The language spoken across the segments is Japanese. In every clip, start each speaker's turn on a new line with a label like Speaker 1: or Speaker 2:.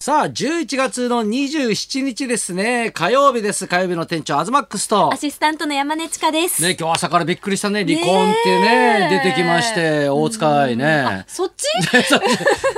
Speaker 1: さあ、11月の27日ですね。火曜日です。火曜日の店長、アズマックスと
Speaker 2: ア。シスタントの山根千佳です。
Speaker 1: ね、今日朝からびっくりしたね。離婚っていうね、
Speaker 2: ねえ
Speaker 1: 出てきまして、大塚愛ね。
Speaker 2: そっち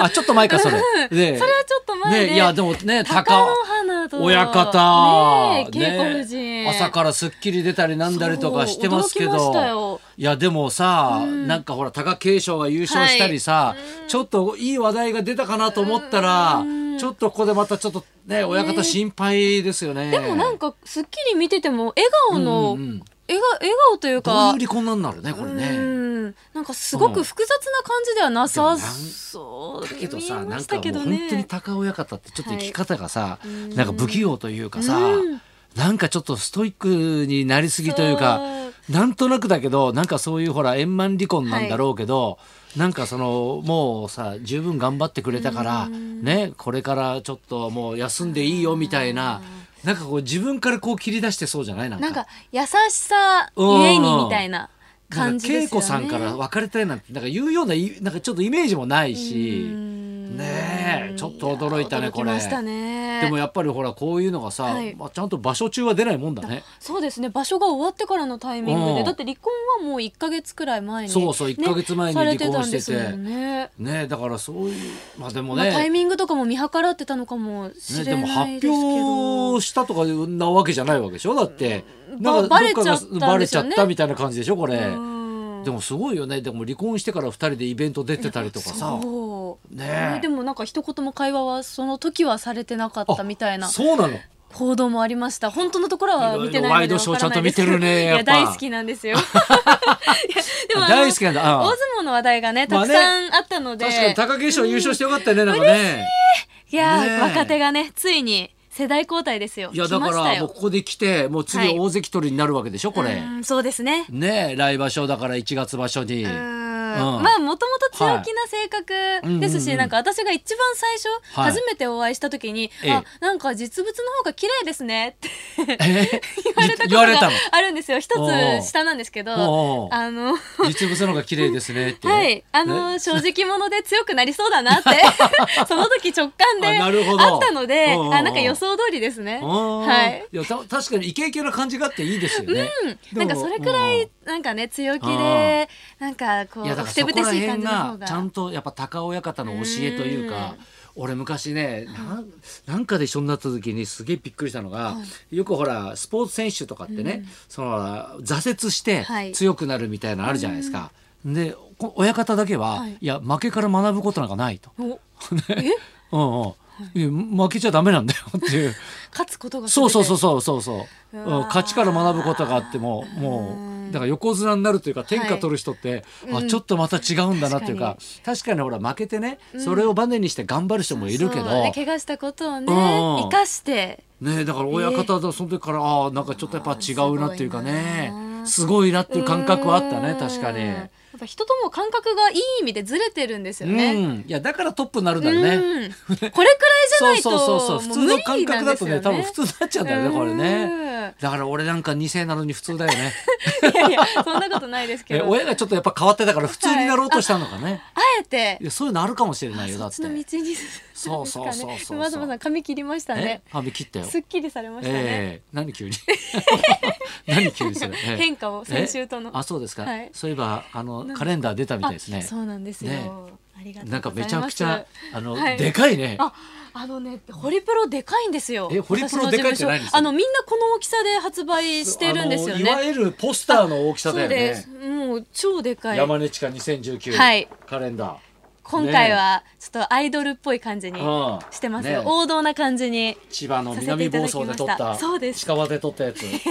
Speaker 1: あ、ちょっと前か、それ。ね
Speaker 2: それはちょっと前で、
Speaker 1: ね、いや、でもね、
Speaker 2: 高
Speaker 1: 高
Speaker 2: 野花と
Speaker 1: 親方。
Speaker 2: ねえ稽古夫人、
Speaker 1: ね朝から『スッキリ』出たりなんだりとかしてますけ
Speaker 2: そう驚きました
Speaker 1: ど
Speaker 2: よ。
Speaker 1: いや、でもさ、なんかほら、貴景勝が優勝したりさ、ちょっといい話題が出たかなと思ったら、ちょっとここでまたちょっとね、親方心配ですよね。
Speaker 2: でもなんかスッキリ見てても笑顔の、
Speaker 1: うんうん
Speaker 2: 笑顔笑顔という
Speaker 1: どういう
Speaker 2: か
Speaker 1: 離婚なんだろうね、これね。
Speaker 2: うんなんかすごく複雑な感じではなさそう
Speaker 1: だけどさ、
Speaker 2: 見え
Speaker 1: な
Speaker 2: ま
Speaker 1: ん
Speaker 2: し
Speaker 1: か
Speaker 2: た
Speaker 1: も
Speaker 2: け
Speaker 1: う
Speaker 2: ど
Speaker 1: 本
Speaker 2: ね
Speaker 1: 当に高親方ってちょっと生き方がさ、
Speaker 2: い
Speaker 1: なんか不器用というかさ、
Speaker 2: うん
Speaker 1: なんかちょっとストイックになりすぎというか、なんとなくだけど、なんかそういうほら円満離婚なんだろうけど、なんかそのもうさ十分頑張ってくれたから、ねこれからちょっともう休んでいいよみたいな、なんかこう自分からこう切り出してそうじゃないなんか。
Speaker 2: なんか優しさゆえにみたいな
Speaker 1: なん
Speaker 2: 感
Speaker 1: か
Speaker 2: じですよね。
Speaker 1: 恵子さんから別れたいなんてなんか言うようないなんかちょっとイメージもないし。ねえちょっと驚いたね
Speaker 2: やー
Speaker 1: これ
Speaker 2: 驚きましたね
Speaker 1: でもやっぱりほらこういうのがさ、
Speaker 2: はい
Speaker 1: まあ、ちゃんと場所中は出ないもんだね。
Speaker 2: そうですね場所が終わってからのタイミング
Speaker 1: うん
Speaker 2: でだって離婚はもう1か月くらい前に
Speaker 1: そうそう1ヶ月前に
Speaker 2: ね
Speaker 1: 離婚してて
Speaker 2: されたんですもんね
Speaker 1: ねだからそういうまあでも
Speaker 2: まあ、
Speaker 1: ね,、
Speaker 2: タイミングとかも見計らってたのかもし
Speaker 1: ね
Speaker 2: れ
Speaker 1: で
Speaker 2: ない
Speaker 1: も
Speaker 2: ですけ
Speaker 1: 発
Speaker 2: ど、
Speaker 1: 表したとかなわけじゃないわけでしょだって、な
Speaker 2: ば
Speaker 1: んかどっか
Speaker 2: バレちゃ
Speaker 1: が
Speaker 2: ったんですよね
Speaker 1: バレちゃったみたいな感じでしょこれ。
Speaker 2: うん
Speaker 1: でもすごいよねでも離婚してから2人でイベント出てたりとかさ。
Speaker 2: そう
Speaker 1: ねえ
Speaker 2: でもなんか一言も会話はその時はされてなかったみたいな
Speaker 1: そうなの
Speaker 2: 報道もありました本当のところは見てないので
Speaker 1: いろいろワイドショー
Speaker 2: わからないです
Speaker 1: ちゃんと見てるね
Speaker 2: い
Speaker 1: やっぱ
Speaker 2: や大好きなんですよ いやでもあの
Speaker 1: 大好きなんだ。う
Speaker 2: 大
Speaker 1: ん
Speaker 2: 相撲の話題がね
Speaker 1: ま
Speaker 2: た
Speaker 1: あ
Speaker 2: く
Speaker 1: ね
Speaker 2: さんあったので、
Speaker 1: 確かに貴景勝優勝してよかったよね、なんかね。
Speaker 2: いやー、
Speaker 1: ねえ
Speaker 2: 若手がねついに世代交代ですよ。
Speaker 1: いや
Speaker 2: 来
Speaker 1: だ
Speaker 2: ま
Speaker 1: か
Speaker 2: した
Speaker 1: らもう
Speaker 2: よ
Speaker 1: ここで来てもう
Speaker 2: は
Speaker 1: 次
Speaker 2: い
Speaker 1: 大関取りになるわけでしょこれ。
Speaker 2: うんそうですね。
Speaker 1: ねえ来場所だから1月場所に。
Speaker 2: うー
Speaker 1: うん
Speaker 2: んまあもともと強気な性格ですし、
Speaker 1: はいうんうんうん
Speaker 2: なんか私が一番最初、
Speaker 1: はい
Speaker 2: 初めてお会いした時に、
Speaker 1: ええ
Speaker 2: あなんか実物の方が綺麗ですねって
Speaker 1: え
Speaker 2: 言われた
Speaker 1: た
Speaker 2: こと
Speaker 1: の
Speaker 2: が。あるんですよ一
Speaker 1: おうおう
Speaker 2: つ下なんですけど
Speaker 1: おうおう
Speaker 2: あの
Speaker 1: 実物の方が綺麗ですねって。
Speaker 2: はいあの
Speaker 1: ね
Speaker 2: 正直者で強くなりそう だなってその時直感で
Speaker 1: あなるほど
Speaker 2: あったので
Speaker 1: おうおうおう
Speaker 2: あなんか予想通りですね。
Speaker 1: あー
Speaker 2: はい
Speaker 1: いやた確かにイケイケな感じがあっていいですよね。でも
Speaker 2: なんかそれくら
Speaker 1: う
Speaker 2: い
Speaker 1: ん
Speaker 2: なんかね強気
Speaker 1: うん
Speaker 2: でなんかこ
Speaker 1: いやだ
Speaker 2: う
Speaker 1: から
Speaker 2: ふ
Speaker 1: そ
Speaker 2: て
Speaker 1: こ
Speaker 2: ぶて
Speaker 1: ら
Speaker 2: しい感
Speaker 1: 辺
Speaker 2: じの方
Speaker 1: が
Speaker 2: が
Speaker 1: ちゃんとやっぱ高尾親方の教えというか俺昔ねなんなんかで一緒になった時にすげえびっくりしたのが、よくほらスポーツ選手とかってね、その挫折して
Speaker 2: はい
Speaker 1: 強くなるみたいなのあるじゃないですか。でこ親方だけは、
Speaker 2: はいい、
Speaker 1: や負けから学ぶことなんかないと。
Speaker 2: お
Speaker 1: ねうんうんいや負けちゃダメなんだよっていう。
Speaker 2: 勝つことが
Speaker 1: そうそうそう
Speaker 2: そ
Speaker 1: そうそうそう。
Speaker 2: う
Speaker 1: うん
Speaker 2: わー
Speaker 1: 勝ちから学ぶことがあってももうだから横綱になるというか天下取る人って、あちょっとまた違うんだなというか確かにほら負けてね、それをバネにして頑張る人もいるけど。
Speaker 2: ね怪我したことをね
Speaker 1: うん
Speaker 2: 生かして
Speaker 1: ねだから親方だその時から、ああーなんかちょっとやっぱ違うなっていうかねす
Speaker 2: す
Speaker 1: ごいなっていう感覚はあった
Speaker 2: う
Speaker 1: ね
Speaker 2: ん
Speaker 1: 確かに。
Speaker 2: やっぱ人とも感覚がいい意味でずれてるんですよ
Speaker 1: う
Speaker 2: ね
Speaker 1: ん、いやだからトップになるん
Speaker 2: う
Speaker 1: だ
Speaker 2: ん
Speaker 1: よね。
Speaker 2: これくらいじゃ
Speaker 1: そう
Speaker 2: ないと
Speaker 1: そうそうそう普
Speaker 2: も
Speaker 1: 通
Speaker 2: 無
Speaker 1: の
Speaker 2: 理
Speaker 1: 感
Speaker 2: な
Speaker 1: 覚
Speaker 2: ん
Speaker 1: だ
Speaker 2: で
Speaker 1: と
Speaker 2: す
Speaker 1: ね
Speaker 2: よ
Speaker 1: 多分普通になっちゃうんだよねこれね。だから俺なんか2世なのに普通だよね。
Speaker 2: うんいやいやそんなことないですけ
Speaker 1: え
Speaker 2: どあ
Speaker 1: 親がちょっとやっぱ変わってたから普通になろうとしたのかね。
Speaker 2: えて
Speaker 1: いやそういうのあるかもしれないよだ
Speaker 2: そ
Speaker 1: っ。
Speaker 2: ってちの道に進むんです
Speaker 1: そうそう
Speaker 2: か
Speaker 1: そうそう
Speaker 2: ね
Speaker 1: そう
Speaker 2: まずまさん髪切りました
Speaker 1: え
Speaker 2: ね
Speaker 1: 髪切ったよ。
Speaker 2: すっきりされましたね、
Speaker 1: ええ何急に 何急にそれ。ええ
Speaker 2: 変化を先週との
Speaker 1: えあそうですか、
Speaker 2: はい
Speaker 1: そういえばあの
Speaker 2: なん
Speaker 1: カレンダー出たみたいです
Speaker 2: あ
Speaker 1: ね。
Speaker 2: そうなんですよ、
Speaker 1: ね
Speaker 2: ありがとうございます
Speaker 1: なんかめちゃくちゃあの、
Speaker 2: はい
Speaker 1: でかいね。
Speaker 2: ああのねホリプロでかいんですよ
Speaker 1: えホリプロでかいって何
Speaker 2: 私の事務所あのみんなこの大きさで発売してるんですよ
Speaker 1: あのいわ
Speaker 2: ね
Speaker 1: ゆるポスターの大きさだ
Speaker 2: そう
Speaker 1: よ
Speaker 2: で
Speaker 1: ね
Speaker 2: す。もう超でかい
Speaker 1: 山根地下2019、
Speaker 2: はい
Speaker 1: カレンダー。
Speaker 2: 今回はちょっとアイドルっぽい感じに
Speaker 1: うん
Speaker 2: してますよ、
Speaker 1: ね
Speaker 2: 王道な感じに
Speaker 1: 千葉の南房総で撮っ
Speaker 2: させていただきま
Speaker 1: た
Speaker 2: したそうです
Speaker 1: 近場で撮ったやつ。い
Speaker 2: 近場っ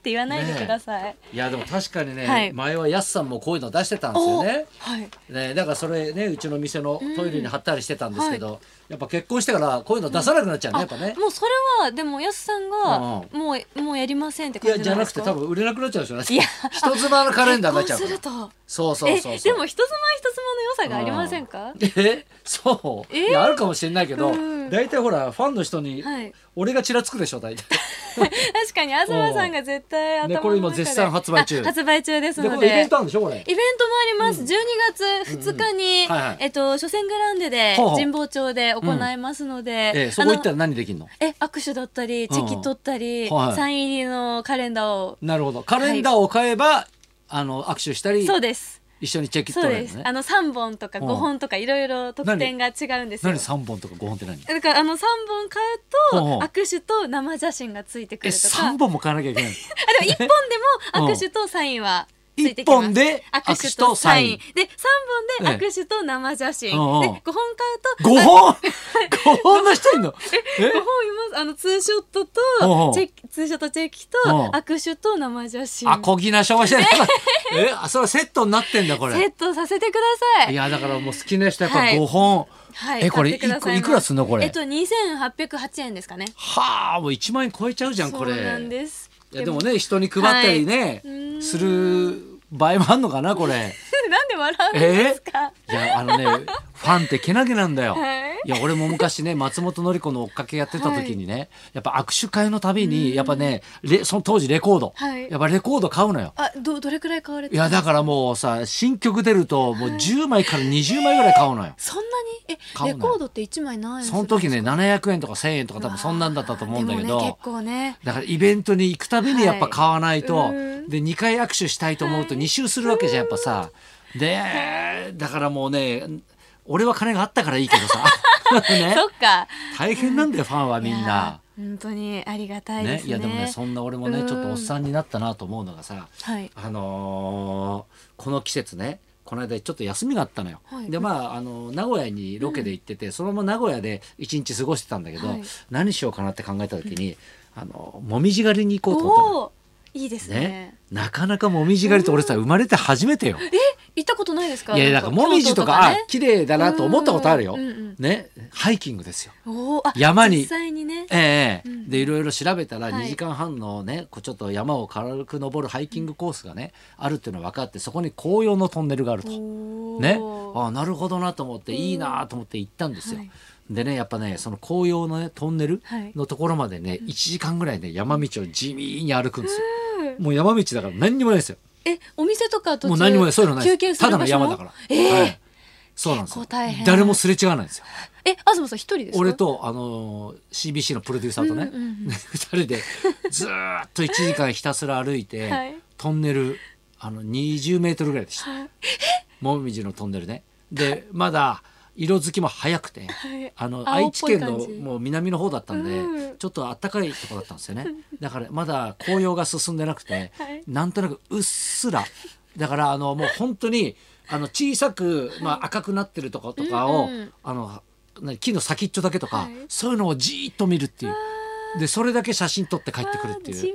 Speaker 2: て言わないでください、
Speaker 1: やでも確かにね、
Speaker 2: はい
Speaker 1: 前はやすさんもこういうの出してたんですよね。
Speaker 2: はい
Speaker 1: ね、だからそれねうちの店のトイレに貼ったりしてたんですけど、やっぱ結婚してからこういうの出さなくなっちゃうね、やっぱね
Speaker 2: あ。もうそれはでもやすさんがもうもうやりませんって
Speaker 1: い
Speaker 2: 感
Speaker 1: や
Speaker 2: じ
Speaker 1: じゃ
Speaker 2: なん
Speaker 1: な
Speaker 2: で
Speaker 1: く
Speaker 2: す
Speaker 1: て
Speaker 2: か
Speaker 1: 多分売れなくなっちゃうでしょだって
Speaker 2: いや
Speaker 1: 人妻のカレンダーになっちゃうから
Speaker 2: 結婚すると
Speaker 1: そうそうそうそう
Speaker 2: えでも人妻人妻の良さがありませんか
Speaker 1: えそう、
Speaker 2: えー
Speaker 1: いやあるかもしれないけど
Speaker 2: うん
Speaker 1: 大体、ほらファンの人に
Speaker 2: はい
Speaker 1: 俺がちらつくでしょ大体。
Speaker 2: 確かに東さんが絶対頭の中で、
Speaker 1: ねこれ今絶賛発売中
Speaker 2: あ発売中です
Speaker 1: で
Speaker 2: の
Speaker 1: こ
Speaker 2: で
Speaker 1: れイベントあるんでしょこれ。
Speaker 2: イベントもあります、12月2日に、
Speaker 1: うんはいはい
Speaker 2: えっと初戦グラウンドで
Speaker 1: ほうほう
Speaker 2: 神保町で行いますので、
Speaker 1: ええそこ行った
Speaker 2: あ
Speaker 1: ら
Speaker 2: の
Speaker 1: 何できるの
Speaker 2: え握手だったりチェキ取ったり、
Speaker 1: うんはい
Speaker 2: サイン入りのカレンダーを
Speaker 1: なるほどカレンダーを買えば、あの握手したり
Speaker 2: そうです
Speaker 1: 一緒にチェキ取
Speaker 2: そう
Speaker 1: れる
Speaker 2: で
Speaker 1: の
Speaker 2: す、
Speaker 1: ね
Speaker 2: あの3本とか
Speaker 1: うん
Speaker 2: 5本とかいろいろ特典が違うんですよ
Speaker 1: 何3本とか5本って何
Speaker 2: だからあの3本買
Speaker 1: ほうほ
Speaker 2: う
Speaker 1: う
Speaker 2: と握手と生写真がついてく
Speaker 1: え
Speaker 2: るとか
Speaker 1: 3本も買わなきゃいけない
Speaker 2: あでも1本でも握手とサインはついてきま
Speaker 1: 一
Speaker 2: す。
Speaker 1: 本で
Speaker 2: 握手とサイン。
Speaker 1: 握
Speaker 2: で、3本で握手と生写真。
Speaker 1: ええうんうん
Speaker 2: で、5本買うと、
Speaker 1: 5本5本の人いん の
Speaker 2: 5本います。あの、ツーショット
Speaker 1: うんう
Speaker 2: と
Speaker 1: ん、
Speaker 2: チェキツーショットチェキと
Speaker 1: うん、
Speaker 2: 握手と生写真。
Speaker 1: あこぎな商社じゃないえあそれセットになってんだこ
Speaker 2: セ
Speaker 1: れ
Speaker 2: ットさせてくださ
Speaker 1: い
Speaker 2: い。
Speaker 1: やだからもう好きな人やっぱ
Speaker 2: はい
Speaker 1: 5本、
Speaker 2: はい
Speaker 1: えこれ
Speaker 2: 買ってくださ
Speaker 1: いくいくらすんのこれ
Speaker 2: えっと、2808円ですかね。
Speaker 1: はあもう1万円超えちゃうじゃんこれ
Speaker 2: そうなんです。
Speaker 1: いやでもね人に配ったりね、
Speaker 2: うーん
Speaker 1: する場合もあんのかなこれ
Speaker 2: でも。 なんで笑うんで
Speaker 1: え
Speaker 2: すか
Speaker 1: いやあのねファンってけなげなんだよ、
Speaker 2: はい
Speaker 1: や俺も昔ね松本紀子の追っかけやってた時にね、やっぱ握手会のたびにやっぱねレその当時レコード、
Speaker 2: はい
Speaker 1: やっぱレコード買うのよ
Speaker 2: あ、ど、どれくらい買われ
Speaker 1: い
Speaker 2: て
Speaker 1: やだからもうさ新曲出るともう10枚から20枚ぐらい買うのよ
Speaker 2: そんなにえ、
Speaker 1: 買
Speaker 2: レ
Speaker 1: うのよ
Speaker 2: コードって1枚何円す
Speaker 1: そ
Speaker 2: る
Speaker 1: の時ね700円とか1,000円とか多分そんなんだったと思うんだけ
Speaker 2: で
Speaker 1: ど、
Speaker 2: もね結構ね
Speaker 1: だからイベントに行くたびにやっぱ買わないと、
Speaker 2: はいうん
Speaker 1: で2回握手したいと思うと2周するわけじゃんやっぱさ。でだからもうね俺は金があったからいいけど さ、ね、
Speaker 2: そっか
Speaker 1: 大変なんだよファンはみん
Speaker 2: い
Speaker 1: な
Speaker 2: や。本当にありがたいで
Speaker 1: ね
Speaker 2: す、
Speaker 1: い
Speaker 2: ね
Speaker 1: やでもねそんな俺もねちょっとおっさんになったなと思うのがさ、
Speaker 2: はい
Speaker 1: あのーこの季節ねこの間ちょっと休みがあったのよ、
Speaker 2: はい
Speaker 1: でまあ、あの名古屋にロケで行ってて、そのまま名古屋で一日過ごしてたんだけど、
Speaker 2: はい
Speaker 1: 何しようかなって考えた時に、あのもみじ狩りに行こうと思ったの
Speaker 2: おおーいいですね
Speaker 1: ね、なかなかもみじ狩りって俺さ生まれて初めてよ。
Speaker 2: え行ったことないですか
Speaker 1: いやいやだからもみじとかあ
Speaker 2: 京都
Speaker 1: 綺麗だなと思ったことあるよ
Speaker 2: うんうん。
Speaker 1: ねハイキングですよ。
Speaker 2: とかねおーあ
Speaker 1: 山に
Speaker 2: 実際にね
Speaker 1: ええ
Speaker 2: うん
Speaker 1: でいろいろ調べたら
Speaker 2: はい
Speaker 1: 2時間半のね、こうちょっと山を軽く登るハイキングコースがね、あるっていうのが分かってそこに紅葉のトンネルがあると。
Speaker 2: おー
Speaker 1: ね、あなるほどなと思っていいなと思って行ったんですよ。
Speaker 2: はい
Speaker 1: でねやっぱねその紅葉のねトンネル
Speaker 2: はい
Speaker 1: のところまでね1時間ぐらいね山道を地味に歩くんですよ。もう山道だから何にもないですよ。
Speaker 2: えお店とか途中
Speaker 1: もう何もないそういうのないです
Speaker 2: 休憩する
Speaker 1: ただ
Speaker 2: 場
Speaker 1: の
Speaker 2: 所
Speaker 1: 山
Speaker 2: も
Speaker 1: だから、
Speaker 2: えー
Speaker 1: はいそうなんですよ
Speaker 2: 結構大変
Speaker 1: 誰もすれ違わないんですよ
Speaker 2: え東さん一人ですか
Speaker 1: 俺とあのー CBC のプロデューサーとね、
Speaker 2: うんうんうん
Speaker 1: 2人でずーっと1時間ひたすら歩いて、
Speaker 2: はい
Speaker 1: トンネルあの20メートルぐらいでした
Speaker 2: はい
Speaker 1: もみじのトンネルねでまだ色づきも早 くて、
Speaker 2: はい
Speaker 1: あの
Speaker 2: 青
Speaker 1: 愛
Speaker 2: っ
Speaker 1: 知
Speaker 2: ぽい
Speaker 1: 県
Speaker 2: 感
Speaker 1: の
Speaker 2: じ
Speaker 1: もう南の方だったんで、
Speaker 2: うん
Speaker 1: ちょっと暖かいとこだったんですよ ねだからまだ紅葉が進んでなくて、
Speaker 2: はい
Speaker 1: なんとなくうっすらだからあのもう本当にあの小さく、まあ、赤くなってるとことかを、
Speaker 2: うんうん
Speaker 1: あのね木の先っちょだけとか、
Speaker 2: はい
Speaker 1: そういうのをじーっと見るっていうでそれだけ写真撮って帰ってくるって
Speaker 2: あー
Speaker 1: い
Speaker 2: 地味
Speaker 1: う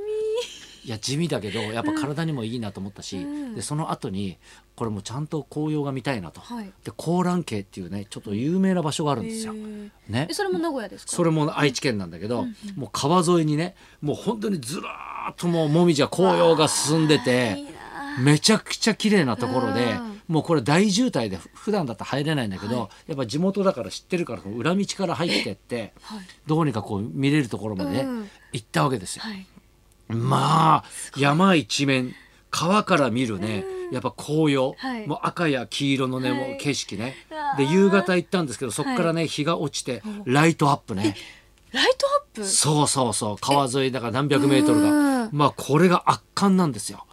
Speaker 1: いや地味だけどやっぱ体にもいいなと思ったし、
Speaker 2: うん
Speaker 1: でその後にこれもちゃんと紅葉が見たいなと。
Speaker 2: はい
Speaker 1: で高蘭渓っていうねちょっと有名な場所があるんですよ。
Speaker 2: へー
Speaker 1: ね
Speaker 2: え、それも名古屋ですか
Speaker 1: それも愛知県なんだけど、もう川沿いにねもう本当にずらーっともうもみじは紅葉が進んで
Speaker 2: あー
Speaker 1: て
Speaker 2: いいな
Speaker 1: めちゃくちゃ綺麗なところで
Speaker 2: うん
Speaker 1: もうこれ大渋滞でふ普段だったら入れないんだけど、やっぱ地元だから知ってるからこの裏道から入ってって
Speaker 2: はい
Speaker 1: どうにかこう見れるところまで
Speaker 2: うん
Speaker 1: 行ったわけですよ。
Speaker 2: はい
Speaker 1: まあ山一面川から見るね、やっぱ紅葉、
Speaker 2: はい
Speaker 1: もう赤や黄色のね、
Speaker 2: はい
Speaker 1: もう景色ね
Speaker 2: うわ
Speaker 1: で
Speaker 2: ー
Speaker 1: 夕方行ったんですけどそこからね、日が落ちてライトアップね
Speaker 2: ライトアップ
Speaker 1: そうそうそう川沿いだから何百メートル
Speaker 2: う
Speaker 1: が
Speaker 2: ん
Speaker 1: まあこれが圧巻なんですよ。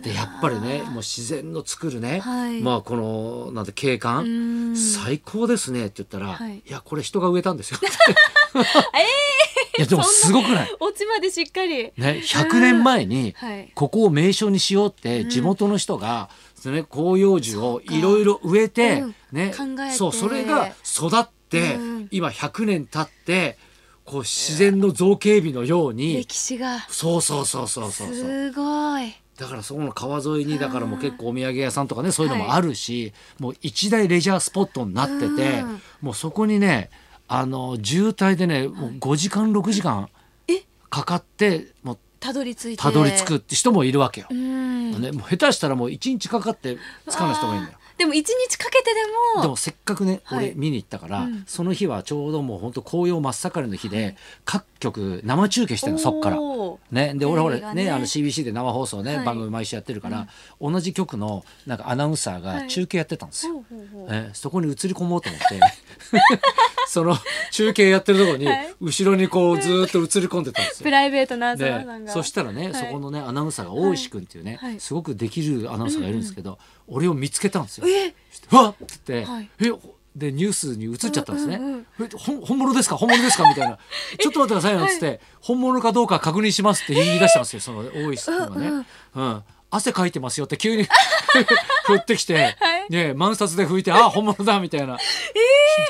Speaker 1: でやっぱりねもう自然の作るね、
Speaker 2: はい
Speaker 1: まあこのなんて景
Speaker 2: う
Speaker 1: 観
Speaker 2: ん
Speaker 1: 最高ですねって言ったら、、
Speaker 2: はいい
Speaker 1: やこれ人が植えたん ですよ。 いやでもすごくない
Speaker 2: オチまでしっかり。
Speaker 1: ね、100年前に
Speaker 2: はい
Speaker 1: ここを名所にしようって地元の人が、そのね、広葉樹をいろいろ植えて、
Speaker 2: うん
Speaker 1: ね
Speaker 2: 考えて
Speaker 1: そうそれが育って、
Speaker 2: うん
Speaker 1: 今100年経ってこう自然の造形美のように
Speaker 2: 歴史が。
Speaker 1: そうそうそうそうそうそう
Speaker 2: すごい。
Speaker 1: だからそこの川沿いにだからもう結構お土産屋さんとかねそういうのもあるし、もう一大レジャースポットになってて、
Speaker 2: うん
Speaker 1: もうそこにねあの渋滞でねもう5時間6時間
Speaker 2: え
Speaker 1: かかってもう
Speaker 2: たどり着いて。
Speaker 1: たどり着く。って人もいるわけよ
Speaker 2: う。ん。
Speaker 1: ね、もう下手したらもう1日かかってつかない人がいいんだよ。
Speaker 2: わあでも一日かけてでも
Speaker 1: でもせっかくね、
Speaker 2: はい
Speaker 1: 俺見に行ったから、
Speaker 2: うん
Speaker 1: その日はちょうどもう本当紅葉真っ盛りの日で、各局生中継してるのそっから。
Speaker 2: おー
Speaker 1: ね、で俺
Speaker 2: テレ
Speaker 1: ほ
Speaker 2: ビ
Speaker 1: ら
Speaker 2: が
Speaker 1: ね
Speaker 2: ね
Speaker 1: あの CBC で生放送ね、
Speaker 2: はい
Speaker 1: 番組毎週やってるから、同じ局のなんかアナウンサーが中継やってたんですよ。
Speaker 2: ほうほうほう
Speaker 1: えそこに移り込もうと思って その中継やってるとこに
Speaker 2: はい
Speaker 1: 後ろにこうずーっと映り込んでたんですよ
Speaker 2: プ。ライベートな朝
Speaker 1: で
Speaker 2: さんが
Speaker 1: そしたらね、
Speaker 2: はい
Speaker 1: そこのねアナウンサーが大石君っていうね、
Speaker 2: はい
Speaker 1: すごくできるアナウンサーがいるんですけど、俺を見つけたんですよ。
Speaker 2: え
Speaker 1: うわっって言って、
Speaker 2: はい
Speaker 1: えでニュースに映っちゃったんですね、
Speaker 2: うんうん
Speaker 1: えほん本物ですか本物ですかみたい なちょっと待ってくださいよっつって、本物かどうか確認しますって言い出したんですよその大石君がね、
Speaker 2: う
Speaker 1: うん
Speaker 2: うん
Speaker 1: 汗かいてますよって急に 振ってきて、
Speaker 2: はい
Speaker 1: ね満札で拭いてあ本物だみたいな、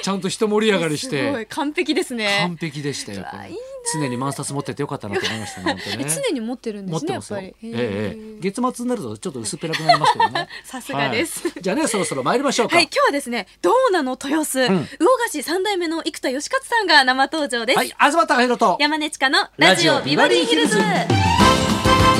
Speaker 1: ちゃんと一盛り上がりし
Speaker 2: すご
Speaker 1: て
Speaker 2: い完璧ですね
Speaker 1: 完璧でしたよこれ
Speaker 2: うわいいな
Speaker 1: 常に満札持っててよかったなと思いましたね本当
Speaker 2: え
Speaker 1: ね
Speaker 2: 常に持ってるんで
Speaker 1: 持っ
Speaker 2: す
Speaker 1: て
Speaker 2: ねや
Speaker 1: ま
Speaker 2: っ
Speaker 1: すよ
Speaker 2: ぱり。
Speaker 1: ええ
Speaker 2: へ
Speaker 1: ええ
Speaker 2: ー
Speaker 1: 月末になるとちょっと薄っぺらくなります けどね。
Speaker 2: さすがです
Speaker 1: はいじゃあね、そろそろ参りましょうか。
Speaker 2: はい、今日はですね、どうなの豊洲、
Speaker 1: ん
Speaker 2: 魚河岸三代目の生田義勝さんが生登場です。
Speaker 1: はい、東貴博と。
Speaker 2: 山根千佳のラジオビバリーヒルズ。
Speaker 1: ラジオビバリー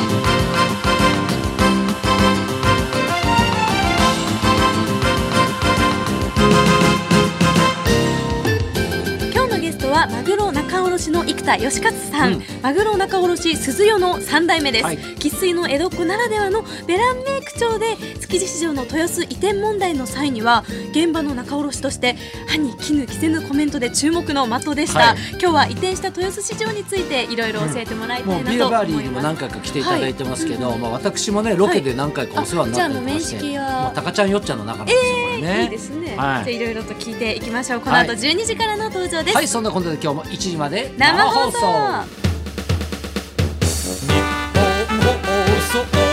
Speaker 2: 今日のゲストはマグロ仲卸の生田義勝さん、
Speaker 1: うん
Speaker 2: マグロ仲卸鈴代の三代目です
Speaker 1: はい
Speaker 2: 生粋、の江戸っ子ならではのベランメイク調で築地市場の豊洲移転問題の際には現場の仲卸として歯に衣着せぬコメントで注目の的でした、
Speaker 1: はい
Speaker 2: 今日は移転した豊洲市場についていろいろ教えてもらいた
Speaker 1: も
Speaker 2: いうな
Speaker 1: ビ
Speaker 2: と
Speaker 1: ー
Speaker 2: 思
Speaker 1: バー
Speaker 2: い
Speaker 1: リーにも
Speaker 2: ま
Speaker 1: 何
Speaker 2: す
Speaker 1: 回か来ていただいてますけど、まあ私もねロケで何回かお世話になっておりまして、
Speaker 2: あじゃあもう面識は
Speaker 1: もう高ちゃんよっちゃんの仲なんですよ、これね
Speaker 2: いいですね、
Speaker 1: はい
Speaker 2: じゃあいろいろと聞いていきましょうこの後
Speaker 1: はい
Speaker 2: 12時からの登場です、
Speaker 1: はいそんなことで今日も1時まで
Speaker 2: 生放送
Speaker 1: 生放送